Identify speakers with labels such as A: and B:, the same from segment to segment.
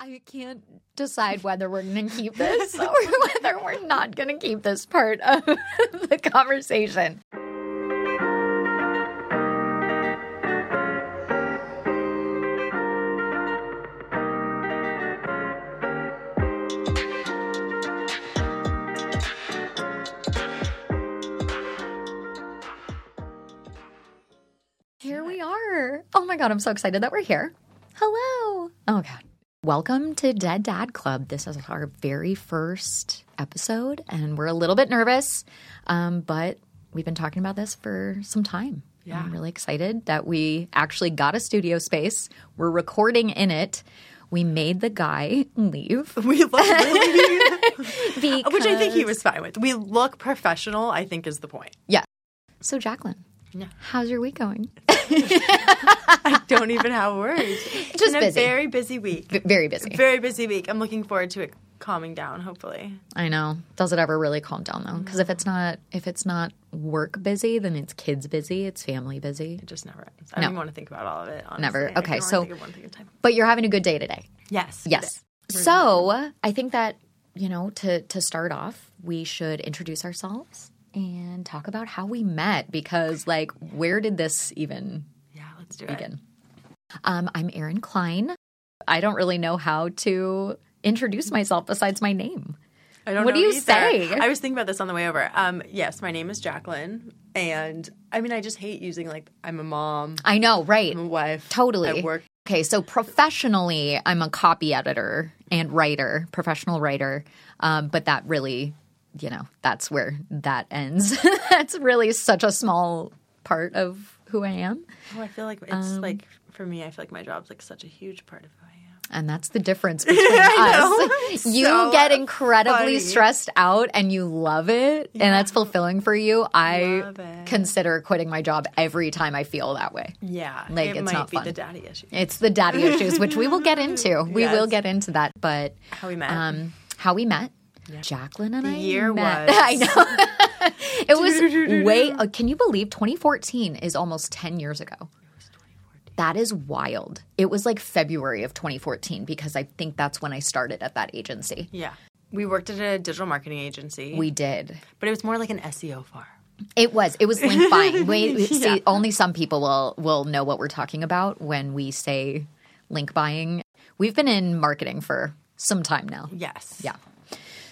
A: I can't decide whether we're going to keep this or whether we're not going to keep this part of the conversation. Here we are. Oh my God, I'm so excited that we're here. Hello. Oh God. Welcome to Dead Dad Club. This is our very first episode, and we're a little bit nervous, um, but we've been talking about this for some time.
B: Yeah.
A: I'm really excited that we actually got a studio space. We're recording in it. We made the guy leave.
B: We look really,
A: Because,
B: which I think he was fine with. We look professional. I think is the point.
A: Yeah. So, Jacqueline,
B: Yeah.
A: how's your week going?
B: I don't even have words. It's
A: Just
B: been
A: busy.
B: a very busy week.
A: V- very busy.
B: Very busy week. I'm looking forward to it calming down. Hopefully,
A: I know. Does it ever really calm down though? Because if it's not if it's not work busy, then it's kids busy, it's family busy.
B: it just never ends. I don't even want to think about all of it. Honestly.
A: Never.
B: I can
A: Okay,
B: only
A: so-
B: think of one thing at a time.
A: But you're having a good day today.
B: Yes.
A: Yes. So I think that you know to to start off, we should introduce ourselves and talk about how we met because like where did this even
B: Yeah. Let's do it.
A: begin? Um, I'm Erin Klein. I don't really know how to introduce myself besides my name.
B: I don't
A: What
B: know
A: do you
B: either.
A: say?
B: I was thinking about this on the way over. Um, yes, my name is Jacqueline, and I mean, I just hate using like I'm a mom,
A: I know, right?
B: I'm a wife,
A: Totally.
B: I work.
A: Okay, so professionally, I'm a copy editor and writer, professional writer. Um, but that really, you know, that's where that ends. that's really such a small part of who I am.
B: Oh, I feel like it's
A: Um,
B: like for me, I feel like my job's like such a huge part of who I am.
A: And that's the difference between
B: know.
A: us. You
B: So
A: get incredibly
B: funny.
A: stressed out and you love it, and that's fulfilling for you. I
B: Love it.
A: consider quitting my job every time I feel that way.
B: Yeah,
A: Like,
B: it
A: it's
B: might
A: not
B: be
A: fun.
B: the daddy issue.
A: It's the daddy issues, which we will get into. We
B: Yes.
A: will get into that, but
B: How we met.
A: um, how we met. Jacqueline and I
B: year
A: met.
B: was-
A: I know. it was way. Uh, can you believe 2014 is almost 10 years ago? That is wild. It was like February of 2014 because I think that's when I started at that agency.
B: yeah, we worked at a digital marketing agency,
A: We did.
B: but it was more like an SEO farm.
A: It was. It was link buying. We, See, only some people will will know what we're talking about when we say link buying. We've been in marketing for some time now.
B: Yes.
A: Yeah.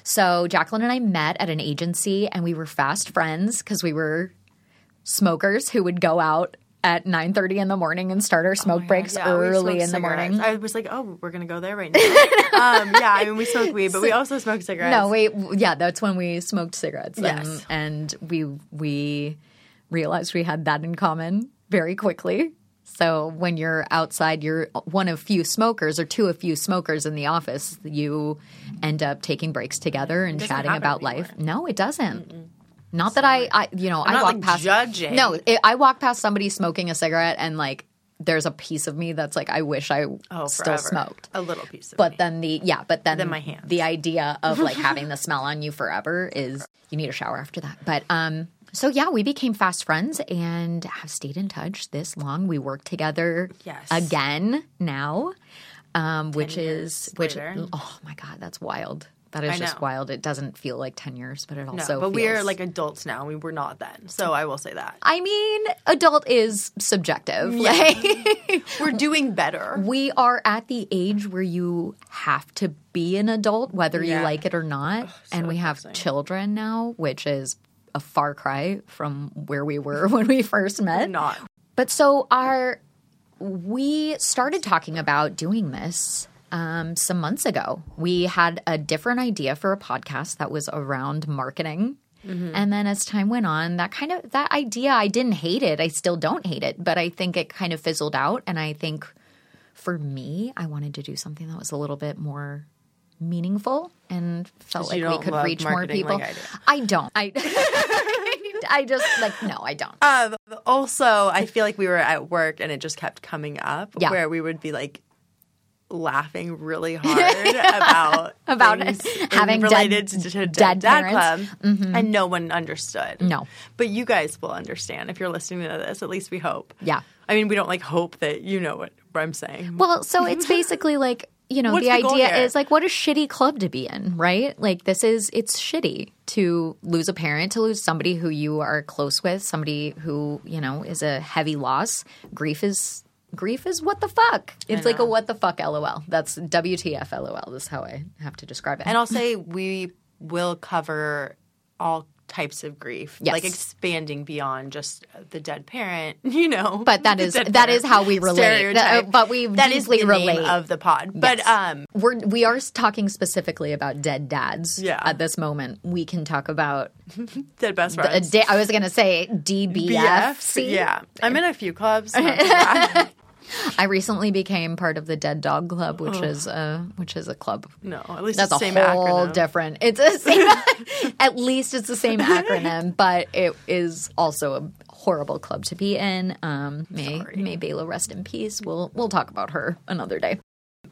A: So Jacqueline and I met at an agency and we were fast friends because we were smokers who would go out at 9.30 in the morning and start our smoke
B: Yeah,
A: breaks
B: Oh yeah, we
A: early
B: smoked
A: in the morning.
B: cigarettes. I was like, oh, we're gonna go there right now. um, yeah, I mean, we smoke weed, but we also smoke cigarettes.
A: No, wait, yeah, that's when we smoked cigarettes. um,
B: Yes.
A: and we we realized we had that in common very quickly. So when you're outside, you're one of few smokers or two of few smokers in the office. You end up taking breaks together and
B: doesn't
A: chatting
B: happen
A: about
B: anymore.
A: life. No, it doesn't. Not that I, I, you know, i
B: not,
A: walk
B: like,
A: past
B: judging.
A: No, it, I walk past somebody smoking a cigarette and like. There's a piece of me that's like I wish I
B: oh,
A: still
B: forever.
A: smoked.
B: a little piece of
A: But
B: me.
A: then the yeah, but then,
B: Then my hands.
A: the idea of like having the smell on you forever is you need a shower after that. But um so yeah, we became fast friends and have stayed in touch this long. We work together
B: Yes.
A: again now. Um which
B: years
A: is which
B: later.
A: oh my god, that's wild. That is
B: I
A: just
B: know.
A: wild. It doesn't feel like 10 years, but it
B: no,
A: also
B: but
A: feels,
B: we're like adults now. We were not then, so I will say that
A: I mean, adult is subjective. Like,
B: we're doing better.
A: we are at the age where you have to be an adult whether you
B: Yeah.
A: like it or not and we have children now which is a far cry from where we were when we first met
B: Not
A: but so our we started talking about doing this um, some months ago. We had a different idea for a podcast that was around marketing.
B: Mm-hmm.
A: And then as time went on, that kind of that idea, I didn't hate it. I still don't hate it, but I think it kind of fizzled out. And I think for me, I wanted to do something that was a little bit more meaningful and felt
B: you
A: like we
B: don't
A: could
B: love
A: reach more
B: marketing
A: people.
B: like I
A: I
B: do.
A: don't. I I just like no, I don't.
B: Um, also, I feel like we were at work and it just kept coming up
A: Yeah.
B: where we would be like laughing really hard about
A: About
B: things
A: having
B: related
A: dead-
B: to, to
A: dead
B: Dead Dad
A: parents. Mm-hmm.
B: Club, and no one understood.
A: No.
B: but you guys will understand if you're listening to this. At least we hope.
A: Yeah.
B: I mean, we don't like hope that you know what I'm saying.
A: Well, so it's basically like you know,
B: What's
A: the
B: the goal
A: idea
B: here?
A: is like, what a shitty club to be in, right? Like, this is, it's shitty to lose a parent, to lose somebody who you are close with, somebody who, you know, is a heavy loss. Grief is, grief is what the fuck. It's like a what the fuck lol. That's WTF lol. That's how I have to describe it.
B: And I'll say we will cover all types of grief,
A: Yes.
B: like expanding beyond just the dead parent. You know,
A: But that
B: the
A: is-
B: dead
A: that is how we relate.
B: stereotype.
A: Uh, but we
B: That is
A: deeply
B: the name
A: relate.
B: of the pod. But
A: Yes.
B: um,
A: We're we are talking specifically about dead dads.
B: Yeah.
A: At this moment, we can talk about
B: dead best
A: a
B: friends.
A: da- I was gonna say
B: BF,
A: DBFC.
B: yeah. I'm in a few clubs. not that.
A: I recently became part of the Dead Dog Club, which is a which is a club.
B: no, at least
A: That's
B: it's
A: a
B: the same
A: whole
B: acronym.
A: different. It's a same. at least it's the same acronym, but it is also a horrible club to be in. Um, may May Bela rest in peace. We'll we'll talk about her another day.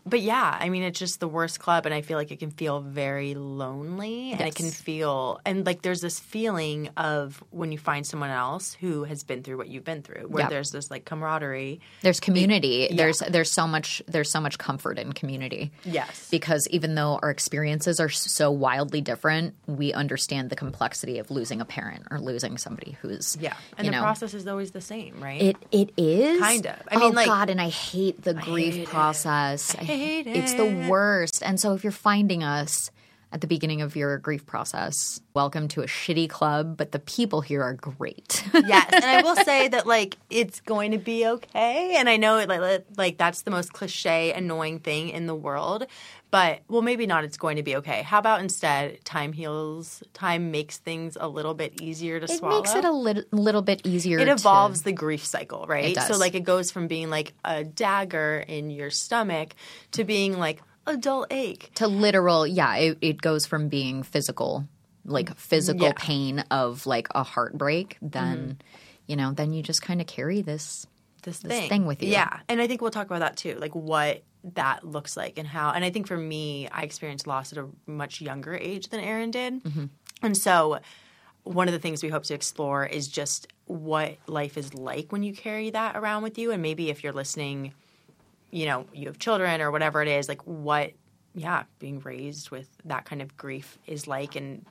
B: But yeah, I mean, it's just the worst club, and I feel like it can feel very lonely, and it can
A: Yes.
B: feel and like there's this feeling of when you find someone else who has been through what you've been through, where
A: Yeah.
B: there's this like camaraderie.
A: There's community. There's there's so much there's so much comfort in community.
B: Yes.
A: Because even though our experiences are so wildly different, we understand the complexity of losing a parent or losing somebody who's
B: Yeah, and
A: you
B: the
A: know,
B: process is always the same, right?
A: It it is
B: Kind of. I
A: oh
B: mean, like-
A: God, and I hate the grief process. I
B: hate
A: It's the worst. And so if you're finding us at the beginning of your grief process, welcome to a shitty club. But the people here are great.
B: yes, and I will say that like it's going to be okay, and I know it like li- like that's the most cliche, annoying thing in the world, but well, maybe not. It's going to be okay. How about instead, time heals. Time makes things a little bit easier to
A: it
B: swallow.
A: makes it a lit- little bit easier.
B: it
A: to-
B: evolves the grief cycle, right?
A: It
B: So
A: does.
B: like it goes from being like a dagger in your stomach to being like a dull ache.
A: to literal yeah it, it goes from being physical like physical
B: Yeah. Mm-hmm.
A: pain of like a heartbreak then you know then you just kind of carry this
B: this thing.
A: thing with you.
B: Yeah. And I think we'll talk about that too, like what that looks like and how. And I think for me, I experienced loss at a much younger age than Aaron did.
A: Mm-hmm.
B: And so one of the things we hope to explore is just what life is like when you carry that around with you. And maybe if you're listening, you know, you have children or whatever it is, like what, yeah, being raised with that kind of grief is like. And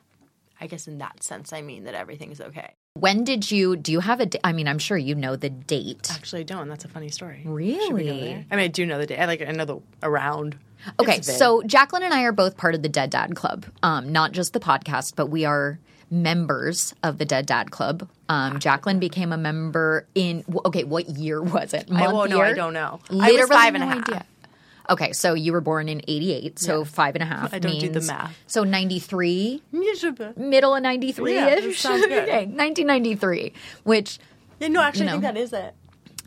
B: I guess in that sense, I mean that everything's okay.
A: when did you do you have a da- i mean i'm sure you know the date
B: Actually, I don't. That's a funny story.
A: really
B: I mean, I do know the day. I like I know the around.
A: okay
B: It's big.
A: so jacqueline and i are both part of the dead dad club um, not just the podcast but we are members of the dead dad club um, jacqueline became a member in w- okay what year was it
B: I,
A: Month,
B: well, no, I
A: year?
B: don't know.
A: Literally
B: I was five and a
A: no
B: half.
A: idea. Okay, so you were born in 88, so five and a half.
B: I don't do the
A: means-
B: math.
A: So 93,
B: Miserable.
A: middle of 93
B: Yeah, that
A: ish.
B: sounds good.
A: okay, 1993, which
B: Yeah, no, actually,
A: You
B: I think
A: know.
B: that is it.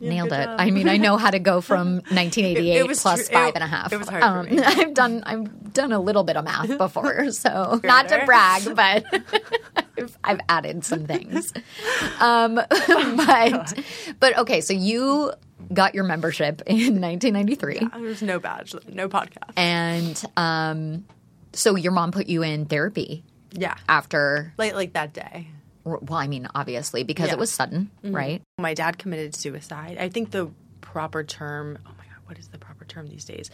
B: You did
A: nailed it.
B: well.
A: I mean, I know how to go from 1988
B: It- it was
A: plus
B: true- it-
A: five and a half. Um,
B: it was hard for me.
A: I've done I've done a little bit of math before, so not to
B: there.
A: brag, but I've, I've added some things. Um,
B: Oh
A: but but okay, so you got your membership in 1993.
B: There's no badge, no podcast.
A: and um, so your mom put you in therapy
B: Yeah,
A: after
B: like like that day,
A: well i mean obviously because
B: Yeah. Mm-hmm.
A: it was sudden right
B: my dad committed suicide. I think the proper term. Oh my god, what is the proper term these days?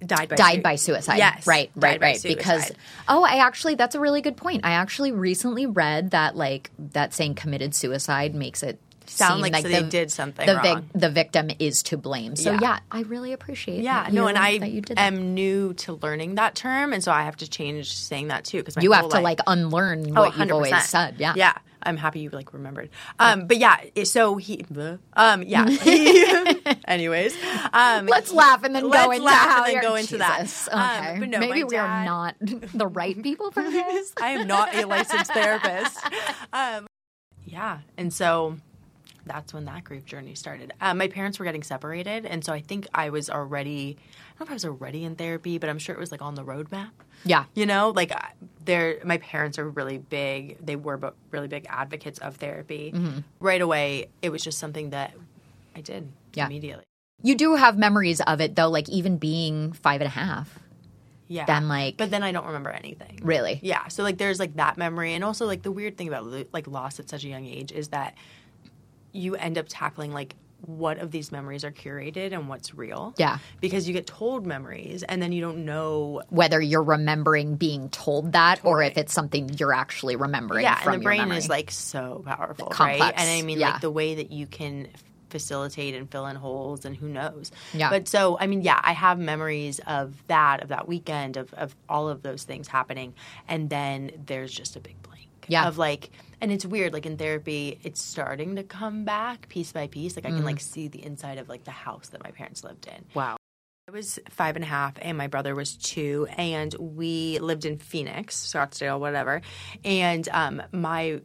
B: Died by
A: died
B: sui-
A: by suicide
B: Yes,
A: right
B: died
A: right
B: by
A: right because
B: suicide.
A: oh i actually that's a really good point i actually recently read that like that saying committed suicide makes it
B: Sound
A: seem
B: like
A: like
B: they
A: the,
B: did something
A: the,
B: wrong.
A: the victim is to blame so
B: Yeah.
A: yeah, i really appreciate
B: Yeah,
A: that
B: no,
A: you-
B: and I
A: that you did that.
B: am new to learning that term, and so I have to change saying that too because
A: you have to like unlearn
B: Oh,
A: what you've always
B: 100%.
A: said yeah
B: Yeah. I'm happy you like remembered. Um, but yeah, i- so he, bleh. um, yeah. He- anyways, um,
A: Let's laugh and then
B: Let's
A: go into
B: laugh and
A: how
B: then
A: you're-
B: go into that.
A: Jesus.
B: Um,
A: Okay.
B: but no,
A: Maybe
B: my
A: we
B: dad-
A: are not the right people for this.
B: I am not a licensed therapist. Um, yeah, and so that's when that grief journey started. Um, my parents were getting separated, and so I think I was already, I don't know if I was already in therapy, but I'm sure it was like on the roadmap.
A: yeah.
B: You know, like I- they're my parents are really big. They were bo- really big advocates of therapy.
A: Mm-hmm.
B: Right away, it was just something that I did
A: Yeah.
B: immediately.
A: You do have memories of it though, like even being five and a half.
B: Yeah.
A: Then, like-
B: but then I don't remember anything.
A: Really?
B: Yeah. So like, there's like that memory, and also like the weird thing about lo- like loss at such a young age is that you end up tackling like what of these memories are curated and what's real.
A: Yeah.
B: Because you get told memories and then you don't know
A: Whether you're remembering being told that or if it's something you're actually remembering.
B: Yeah,
A: from
B: and the
A: your
B: brain
A: memory.
B: is like so powerful, right?
A: Complex,
B: And I mean,
A: yeah.
B: like the way that you can facilitate and fill in holes, and who knows?
A: Yeah.
B: But so, I mean, yeah, I have memories of that, of that weekend, of of all of those things happening, and then there's just a big blank.
A: Yeah.
B: Of like. And it's weird, like in therapy, it's starting to come back piece by piece. Like I
A: Mm.
B: can like see the inside of like the house that my parents lived in.
A: wow.
B: I was five and a half, and my brother was two, and we lived in Phoenix, Scottsdale, whatever. And um, my,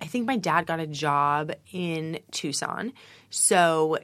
B: I think my dad got a job in Tucson, so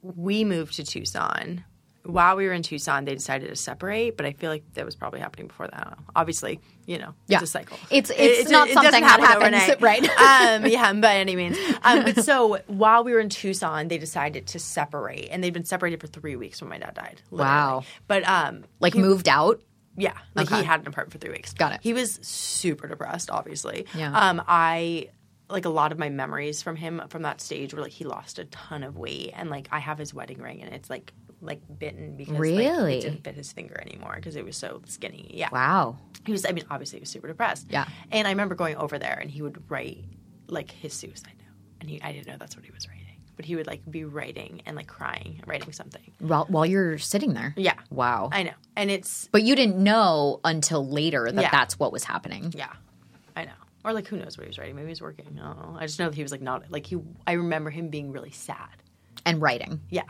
B: we moved to Tucson. While we were in Tucson, they decided to separate, but I feel like that was probably happening before that. I don't know. Obviously, you know,
A: Yeah.
B: it's a cycle.
A: It's-
B: It-
A: it's not
B: doesn't
A: something that
B: happen
A: happens,
B: overnight.
A: right.
B: um, yeah, by any means. Um, but so while we were in Tucson, they decided to separate, and they'd been separated for three weeks when my dad died. literally.
A: Wow.
B: But um,
A: Like moved out.
B: yeah, like
A: Okay.
B: he had an apartment for three weeks.
A: Got it.
B: He was super depressed, obviously.
A: Yeah.
B: Um, I like a lot of my memories from him from that stage were like he lost a ton of weight, and like I have his wedding ring, and it's like like bitten because like,
A: Really?
B: it didn't fit his finger anymore because it was so skinny. Yeah
A: Wow.
B: he was i mean obviously he was super depressed
A: Yeah.
B: and i remember going over there and he would write like his suicide note and he i didn't know that's what he was writing but he would like be writing and like crying and writing something
A: While, while you're sitting there.
B: yeah
A: Wow.
B: i know and it's
A: but you didn't know until later that
B: Yeah.
A: that's what was happening.
B: yeah i know or like who knows what he was writing maybe he was working i don't know i just know that he was like not like he i remember him being really sad
A: And writing.
B: yeah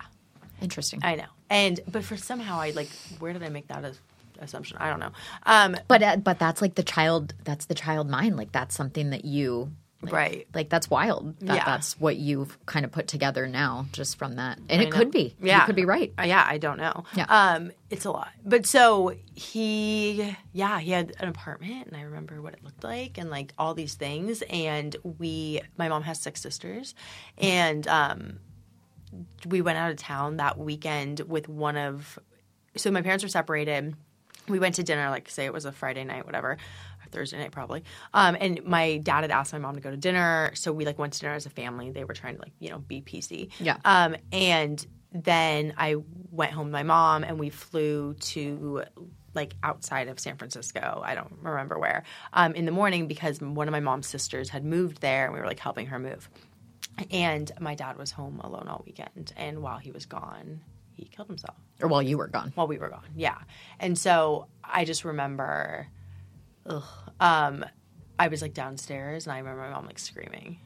A: Interesting.
B: i know and but for somehow i like where did i make that as assumption i don't know um
A: but uh, but that's like the child. That's the child mind. Like that's something that you. Like,
B: right
A: Like that's wild. That
B: Yeah.
A: That's what you've kind of put together now, just from that. And it
B: know.
A: could be.
B: Yeah.
A: You could be right.
B: Uh, yeah, I don't know.
A: Yeah.
B: Um, it's a lot. But so he, yeah, he had an apartment, and I remember what it looked like, and like all these things. And we, my mom has six sisters, and um, we went out of town that weekend with one of. So my parents were separated. We went to dinner, like say it was a Friday night, whatever, or Thursday night probably. Um, and my dad had asked my mom to go to dinner, so we like went to dinner as a family. They were trying to like you know be PC.
A: Yeah.
B: Um, and then I went home to my mom, and we flew to like outside of San Francisco. I don't remember where. Um, in the morning because one of my mom's sisters had moved there, and we were like helping her move. And my dad was home alone all weekend. And while he was gone, he killed himself
A: Or while you were gone.
B: while we were gone. Yeah. And so I just remember, ugh, um, I was like downstairs and I remember my mom like screaming.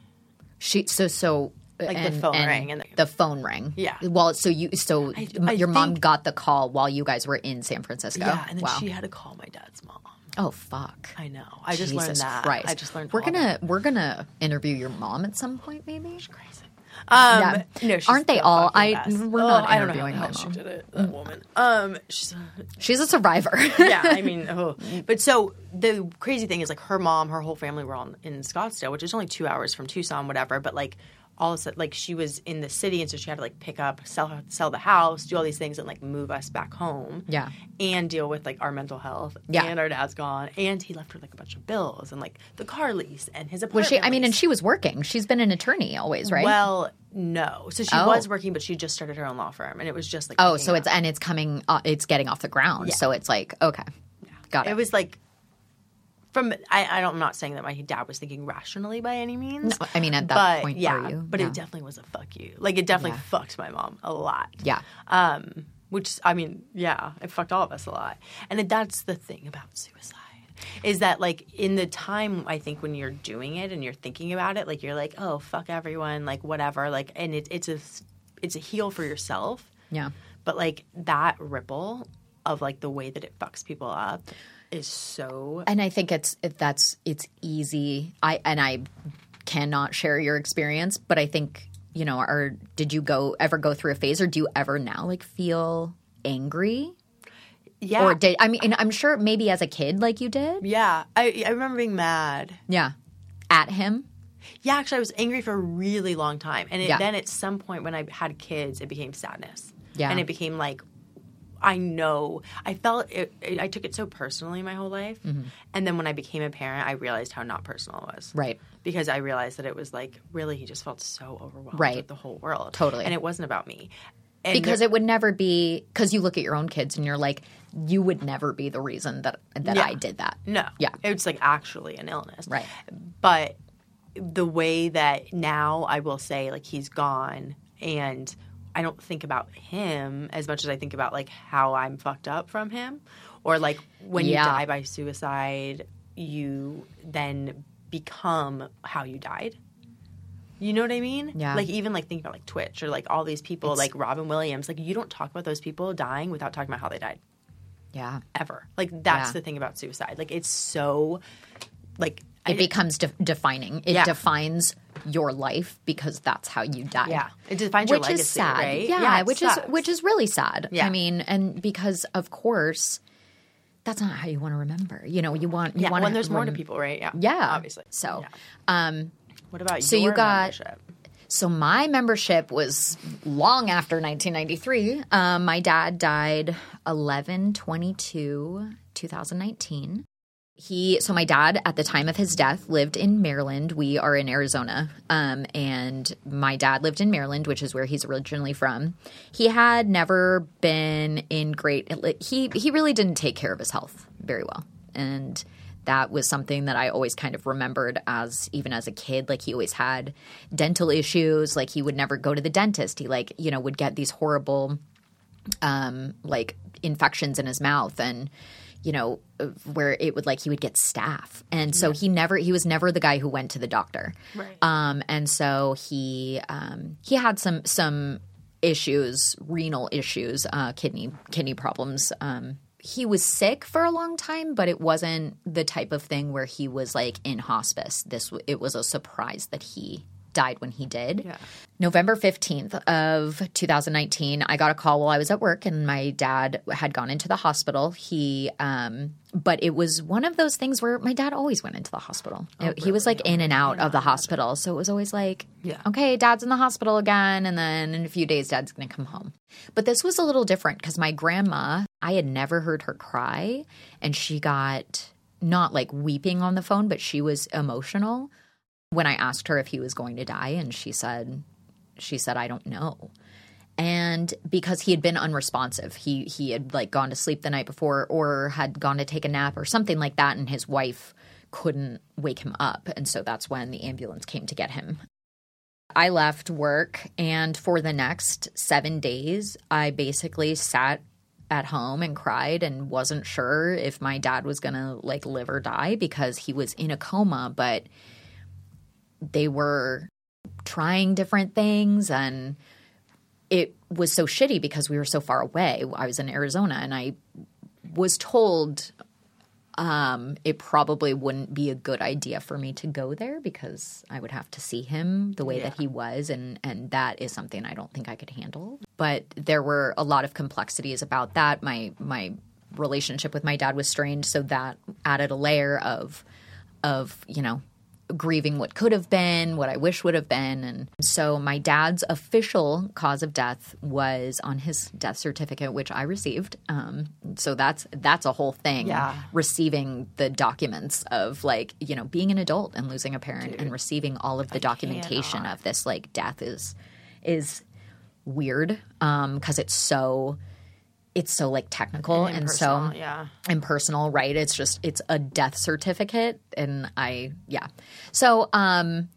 A: She so so like
B: the phone rang and-
A: the phone rang.
B: Yeah.
A: Well, so you so
B: I
A: your mom
B: think-
A: got the call while you guys were in San Francisco.
B: Yeah. And then
A: wow.
B: she had to call my dad's mom.
A: oh fuck.
B: I know. I just
A: Jesus
B: learned that.
A: Christ.
B: I just learned
A: We're
B: all
A: gonna we're gonna interview your mom at some point, maybe.
B: that. Crazy. Um,
A: Yeah.
B: no, she's
A: Aren't they
B: the
A: all-
B: fucking
A: I-
B: best.
A: we're
B: Ugh,
A: not
B: I don't know how
A: interviewing
B: the
A: my
B: hell she
A: mom.
B: did it. That woman. Um, she's
A: She's a survivor.
B: yeah, I mean, oh. but so the crazy thing is like her mom, her whole family were on in Scottsdale, which is only two hours from Tucson, whatever. But like all of a sudden, like she was in the city, and so she had to like pick up, sell, sell the house, do all these things, and like move us back home.
A: Yeah.
B: and deal with like our mental health.
A: Yeah.
B: and our dad's gone, and he left her like a bunch of bills and like the car lease and his apartment.
A: Was she? I mean,
B: lease.
A: and she was working. She's been an attorney always, right?
B: Well, no. So she
A: Oh.
B: was working, but she just started her own law firm, and it was just like
A: oh,
B: picking
A: so
B: up.
A: it's and it's coming. Uh, it's getting off the ground. So it's like okay, got it.
B: It was like from I, I don't, I'm not saying that my dad was thinking rationally by any means.
A: I mean, at that
B: but
A: point,
B: yeah,
A: are you?
B: but
A: Yeah.
B: it definitely was a fuck you. Like it definitely
A: Yeah.
B: fucked my mom a lot.
A: yeah.
B: Um, which I mean, yeah, it fucked all of us a lot. And it- that's the thing about suicide is that like in the time I think when you're doing it and you're thinking about it, like you're like, oh fuck everyone, like whatever, like, and it, it's a it's a heal for yourself.
A: Yeah.
B: But like that ripple of like the way that it fucks people up is so
A: and I think it's it, that's it's easy. I and I cannot share your experience, but I think you know. Or did you go ever go through a phase, or do you ever now like feel angry?
B: yeah
A: Or did I mean? And I'm sure maybe as a kid, like you did.
B: yeah. I I remember being mad.
A: Yeah, at him.
B: Yeah, actually, I was angry for a really long time, and it,
A: Yeah.
B: then at some point when I had kids, it became sadness.
A: Yeah.
B: and it became like I know I felt it, it- I took it so personally my whole life, and then when I became a parent, I realized how not personal it was.
A: Right.
B: Because I realized that it was like really he just felt so overwhelmed
A: Right.
B: with the whole world.
A: Totally.
B: And it wasn't about me. And
A: because
B: there-
A: it would never be because you look at your own kids and you're like you would never be the reason that that
B: Yeah.
A: i did that
B: no,
A: Yeah.
B: it's like actually an illness.
A: right
B: but the way that now I will say like he's gone and I don't think about him as much as I think about like how I'm fucked up from him or like when
A: Yeah.
B: you die by suicide you then become how you died. You know what I mean?
A: Yeah.
B: Like even like thinking about like Twitch or like all these people like Robin Williams like you don't talk about those people dying without talking about how they died
A: yeah
B: ever. Like that's
A: Yeah.
B: the thing about suicide. Like it's so like
A: it becomes de- defining it
B: Yeah.
A: defines your life because that's how you die
B: Yeah, it defines your
A: which
B: legacy,
A: is sad
B: right?
A: yeah,
B: it
A: which
B: sucks.
A: is which is really sad
B: Yeah.
A: i mean and because of course that's not how you want to remember you know you want you
B: yeah.
A: want
B: When there's more to people, right? Yeah,
A: yeah
B: obviously.
A: so
B: Yeah. what about so
A: you
B: your
A: got-
B: membership?
A: So my membership was long after 1993. Um, my dad died 11 22 2019. He so my dad at the time of his death lived in Maryland. We are in Arizona, um, and my dad lived in Maryland, which is where he's originally from. He had never been in great. He he really didn't take care of his health very well, and that was something that I always kind of remembered as even as a kid. Like he always had dental issues. Like he would never go to the dentist. He like you know would get these horrible um, like infections in his mouth and you know where it would like he would get staph and so he never he was never the guy who went to the doctor
B: Right.
A: um and so he um he had some some issues renal issues uh kidney kidney problems um he was sick for a long time but it wasn't the type of thing where he was like in hospice this w- it was a surprise that he died when he did
B: Yeah.
A: November 15th of 2019, I got a call while I was at work and my dad had gone into the hospital. He um but it was one of those things where my dad always went into the hospital.
B: Oh,
A: He was like in and out of the hospital. So it was always like,
B: Yeah.
A: okay, dad's in the hospital again and then in a few days dad's going to come home. But this was a little different cuz my grandma, I had never heard her cry and she got not like weeping on the phone, but she was emotional when I asked her if he was going to die, and she said, she said, I don't know. And because he had been unresponsive, he he had like gone to sleep the night before, or had gone to take a nap, or something like that, and his wife couldn't wake him up, and so that's when the ambulance came to get him. I left work, and for the next seven days, I basically sat at home and cried and wasn't sure if my dad was gonna like live or die because he was in a coma, but they were trying different things and it was so shitty because we were so far away. I was in Arizona and I was told um, it probably wouldn't be a good idea for me to go there because I would have to see him the way that he was and and that is something I don't think I could handle. But there were a lot of complexities about that. My my relationship with my dad was strained, so that added a layer of of, you know, grieving what could have been, what I wish would have been. And so my dad's official cause of death was on his death certificate, which I received. Um, so that's that's a whole thing.
B: Yeah.
A: Receiving the documents of like, you know, being an adult and losing a parent and receiving all of the documentation of this like death is is weird um because it's so it's so like technical and, so
B: Personal, yeah,
A: impersonal, right? It's just it's a death certificate and I yeah. So um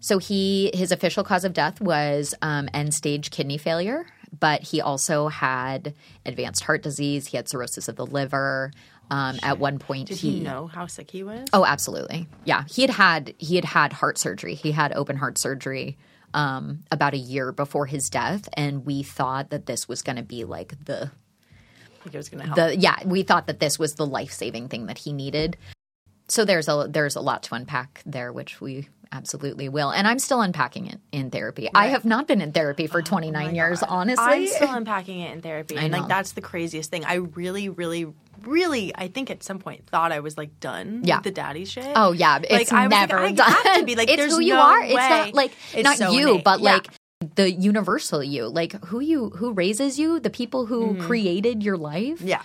A: so he his official cause of death was um end stage kidney failure, but he also had advanced heart disease, he had cirrhosis of the liver. Um at one point
B: did he know how sick he was?
A: Oh, absolutely. Yeah, he had had he had had heart surgery. He had open heart surgery um, about a year before his death, and we thought that this was going to be like the
B: Like it was gonna help.
A: the yeah we thought that this was the life-saving thing that he needed so there's a there's a lot to unpack there which we absolutely will and i'm still unpacking it in therapy i have not been in therapy for 29 years honestly
B: I'm still unpacking it in therapy, and
A: know.
B: like that's the craziest thing. I really, really, really, I think at some point thought I was like done
A: Yeah.
B: with the daddy shit.
A: Oh yeah,
B: like,
A: it's
B: I was like,
A: never
B: I
A: done.
B: have to be like,
A: it's
B: there's
A: who you
B: no
A: are. It's
B: way.
A: not like
B: It's
A: not
B: so
A: you,
B: innate.
A: but
B: Yeah.
A: like the universal you, like who you who raises you, the people who created your life.
B: Mm-hmm. Yeah.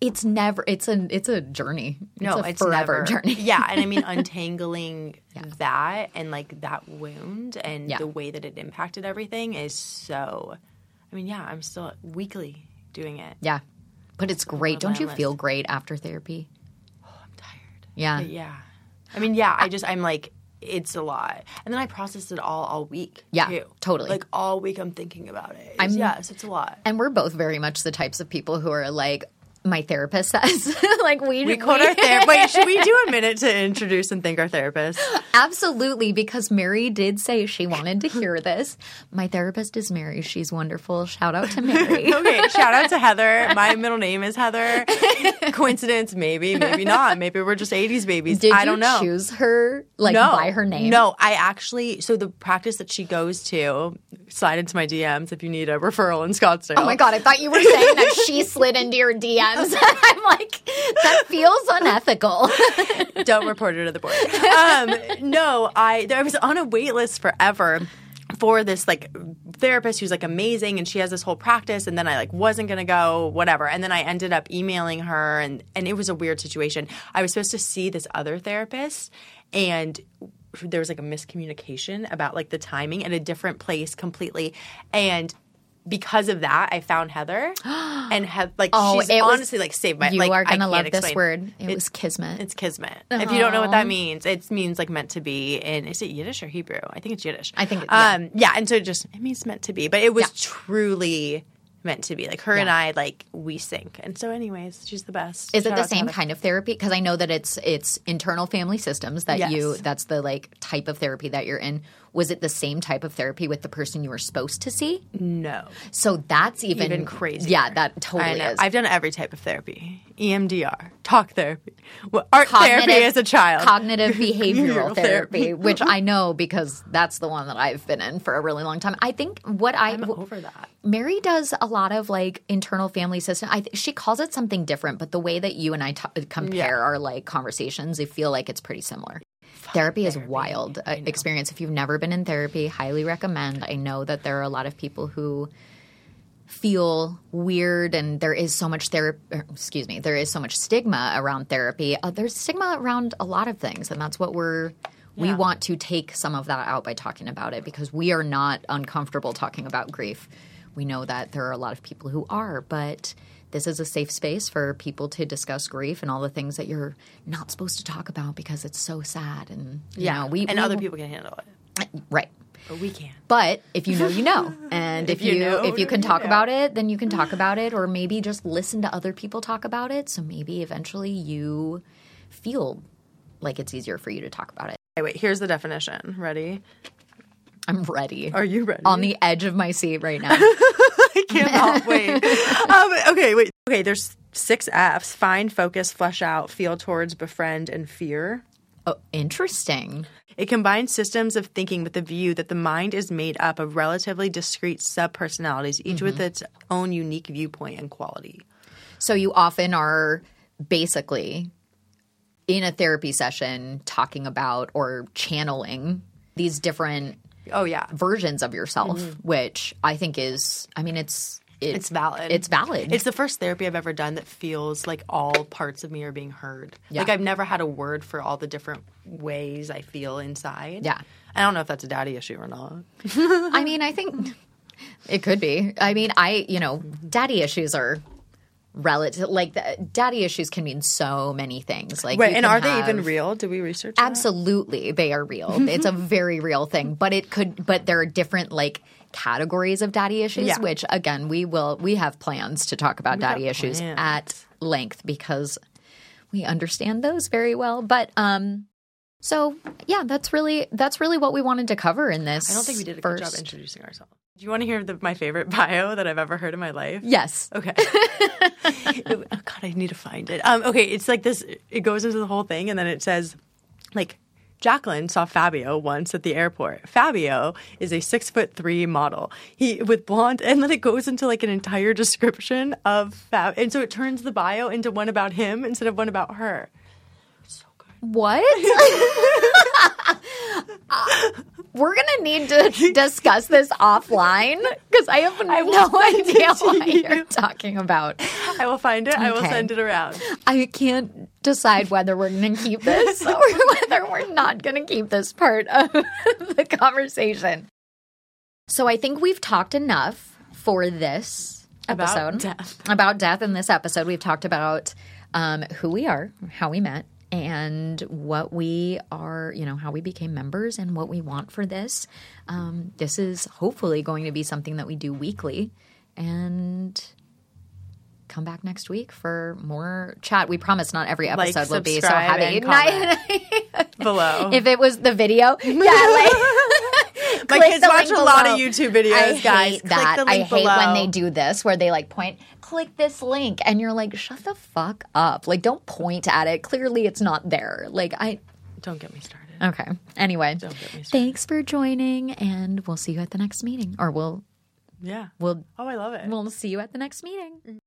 A: It's never it's an it's a journey.
B: no,
A: it's a
B: it's
A: forever
B: never-
A: journey.
B: yeah, and I mean untangling that and like that wound and
A: Yeah.
B: the way that it impacted everything is so. I mean, yeah, I'm still weekly doing it.
A: Yeah. But it's great. Don't you
B: relentless.
A: feel great after therapy?
B: Oh, I'm tired.
A: Yeah.
B: But yeah, I mean, yeah, I just I'm like it's a lot, and then I processed it all all week.
A: Yeah,
B: too.
A: totally.
B: Like all week, I'm thinking about it.
A: I'm-
B: I'm, yes, it's a lot.
A: And we're both very much the types of people who are like, my therapist says, like we
B: We quote our therapist. Wait, should we do a minute to introduce and thank our therapist?
A: Absolutely, because Mary did say she wanted to hear this. My therapist is Mary. She's wonderful. Shout out to Mary.
B: Okay, shout out to Heather. My middle name is Heather. Coincidence? Maybe, maybe not. Maybe we're just '80s babies.
A: Did
B: I don't
A: you
B: know.
A: choose her like
B: no,
A: by her name?
B: No, I actually. So the practice that she goes to, slide into my DMs if you need a referral in Scottsdale.
A: Oh my god, I thought you were saying that she slid into your DMs. I'm like, that feels unethical.
B: don't report her to the board. Um, no, I I was on a wait list forever for this like therapist who's like amazing and she has this whole practice and then I like wasn't gonna go whatever and then I ended up emailing her and and it was a weird situation. I was supposed to see this other therapist and there was like a miscommunication about like the timing at a different place completely and because of that I found Heather and have like
A: Oh,
B: she's
A: it was-
B: honestly like saved my
A: you
B: like
A: are
B: I
A: gonna
B: can't
A: love this
B: explain.
A: word. It, was kismet.
B: It's kismet. If you don't know
A: Uh-huh.
B: what that means, it means like meant to be. In is it Yiddish or Hebrew? I think it's Yiddish.
A: I think it- yeah.
B: um, yeah. And so it just it means meant to be, but it was truly meant to be. Like her and I, like we sync. And so, anyways, she's the best.
A: Is it
B: Shout
A: the
B: out to
A: same
B: Heather.
A: kind of therapy? Because I know that it's it's internal family systems that
B: Yes.
A: you that's the like type of therapy that you're in. Was it the same type of therapy with the person you were supposed to see?
B: No,
A: So that's even,
B: Even crazier.
A: Yeah, that
B: I
A: totally
B: know.
A: is.
B: I've done every type of therapy: E EMDR, talk therapy, well, art therapy
A: Cognitive-
B: as a child.
A: Cognitive behavioral
B: Behavioral therapy.
A: therapy, which I know because that's the one that I've been in for a really long time. I think what I
B: I'm over that.
A: Mary does a lot of like internal family system. I th- she calls it something different, but the way that you and I t- compare our like conversations, I feel like it's pretty similar. Therapy is wild uh, experience. If you've never been in therapy, highly recommend. I know that there are a lot of people who feel weird, and there is so much therapy. Excuse me, there is so much stigma around therapy. Uh, there's stigma around a lot of things, and that's what we're. We
B: Yeah.
A: want to take some of that out by talking about it because we are not uncomfortable talking about grief. We know that there are a lot of people who are, but this is a safe space for people to discuss grief and all the things that you're not supposed to talk about because it's so sad and you know, we
B: and
A: we-
B: other people can handle it,
A: right.
B: but we can.
A: But if you know, you know, and if,
B: you
A: you,
B: know,
A: if you can
B: you
A: talk
B: know.
A: about it, then you can talk about it, or maybe just listen to other people talk about it. So maybe eventually you feel like it's easier for you to talk about it.
B: Okay, wait. Here's the definition. Ready?
A: I'm ready.
B: Are you ready?
A: on the edge of my seat right now.
B: I cannot wait. Um, okay, wait. Okay, there's six F's: find, focus, flesh out, feel towards, befriend, and fear.
A: oh, interesting.
B: It combines systems of thinking with the view that the mind is made up of relatively discrete subpersonalities, each with its own unique viewpoint and quality.
A: So you often are basically in a therapy session talking about or channeling these different
B: Oh yeah,
A: versions of yourself, which I think is, I mean, it's it-
B: Mm-hmm. It's valid.
A: It's valid.
B: it's the first therapy I've ever done that feels like all parts of me are being heard.
A: Yeah.
B: Like I've never had a word for all the different ways I feel inside.
A: Yeah.
B: I don't know if that's a daddy issue or not.
A: I mean, I think it could be. I mean, I, you know, daddy issues are relative. Like, the, daddy issues can mean so many things. Like,
B: Wait,
A: you
B: and
A: can
B: are they
A: have-
B: even real? Do we research? that?
A: Absolutely, they are real. it's a very real thing, but it could. But there are different like categories of daddy issues,
B: Yeah.
A: which again, we will. We have plans to talk about daddy
B: have
A: issues
B: plans.
A: at length because we understand those very well. But um, so yeah, that's really that's really what we wanted to cover in this.
B: I don't think we did a good job
A: first-
B: introducing ourselves. Do you want to hear the, my favorite bio that I've ever heard in my life?
A: Yes.
B: Okay. oh God, I need to find it. Um, okay, it's like this. It goes into the whole thing, and then it says, like, Jacqueline saw Fabio once at the airport. Fabio is a six foot three model. He with blonde, and then it goes into like an entire description of Fab, and so it turns the bio into one about him instead of one about her.
A: What? Uh, we're gonna need to discuss this offline because I have no idea what you're talking about.
B: I will find it. I will
A: Okay.
B: send it around.
A: I can't decide whether we're gonna keep this or whether we're not gonna keep this part of the conversation. So I think we've talked enough for this
B: About
A: episode
B: death.
A: about death in this episode. We've talked about um, who we are, how we met, and what we are, you know, how we became members and what we want for this. Um, this is hopefully going to be something that we do weekly. And come back next week for more chat. We promise not every
B: Like,
A: episode will be so
B: subscribe,
A: heavy.
B: and comment Below.
A: if it was the video, yeah, like
B: My
A: click
B: kids
A: the
B: watch
A: link
B: a lot
A: below.
B: of YouTube videos,
A: I hate
B: guys. Click
A: that.
B: the link
A: I hate
B: below.
A: when they do this, where they like point, click this link, and you're like, shut the fuck up. Like, don't point at it. Clearly, it's not there. Like, I.
B: Don't get me started.
A: Okay. Anyway,
B: get me started.
A: thanks for joining, and we'll see you at the next meeting, or we'll
B: Yeah.
A: we'll
B: Oh, I love it.
A: we'll see you at the next meeting.